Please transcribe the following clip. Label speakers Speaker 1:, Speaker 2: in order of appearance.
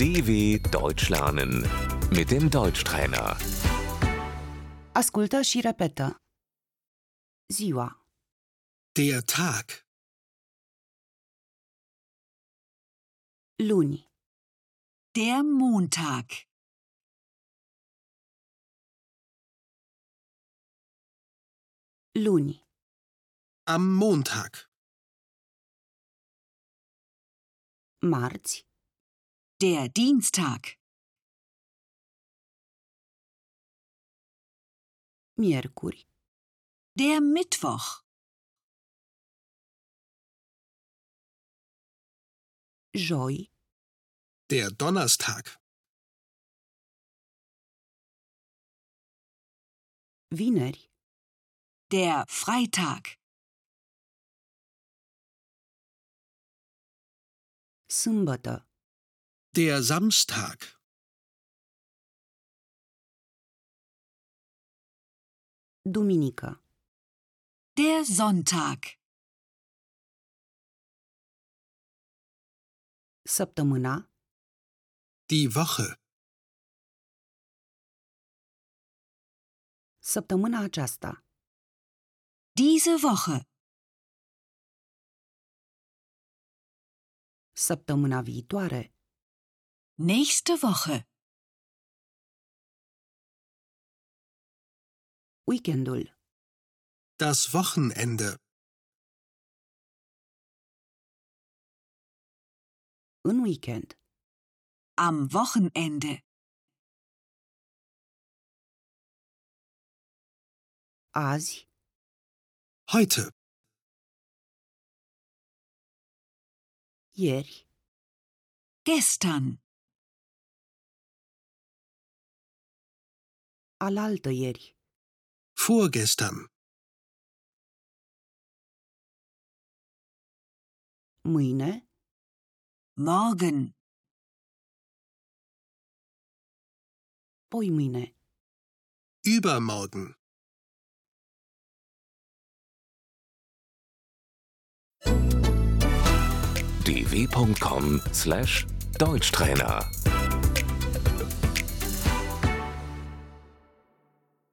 Speaker 1: DW Deutsch lernen mit dem Deutschtrainer.
Speaker 2: Ascultă și repetă. Ziua,
Speaker 3: Der Tag,
Speaker 2: luni,
Speaker 4: Der Montag.
Speaker 2: luni,
Speaker 3: am Montag,
Speaker 2: marți,
Speaker 4: Der Dienstag.
Speaker 2: miercuri,
Speaker 4: Der Mittwoch.
Speaker 2: joi,
Speaker 3: der Donnerstag,
Speaker 2: vineri,
Speaker 4: Der Freitag.
Speaker 2: sâmbătă,
Speaker 3: der Samstag,
Speaker 2: duminică,
Speaker 4: Der Sonntag.
Speaker 2: săptămâna,
Speaker 3: die Woche,
Speaker 2: săptămâna aceasta,
Speaker 4: Diese Woche.
Speaker 2: săptămâna viitoare,
Speaker 4: Nächste Woche.
Speaker 2: weekendul,
Speaker 3: das Wochenende,
Speaker 2: în weekend,
Speaker 4: Am Wochenende.
Speaker 2: azi,
Speaker 3: heute,
Speaker 2: ieri,
Speaker 4: Gestern.
Speaker 2: alaltă ieri,
Speaker 3: vorgestern,
Speaker 2: mâine,
Speaker 4: Morgen.
Speaker 2: poi mâine,
Speaker 3: übermorgen.
Speaker 1: dw.com/deutschtrainer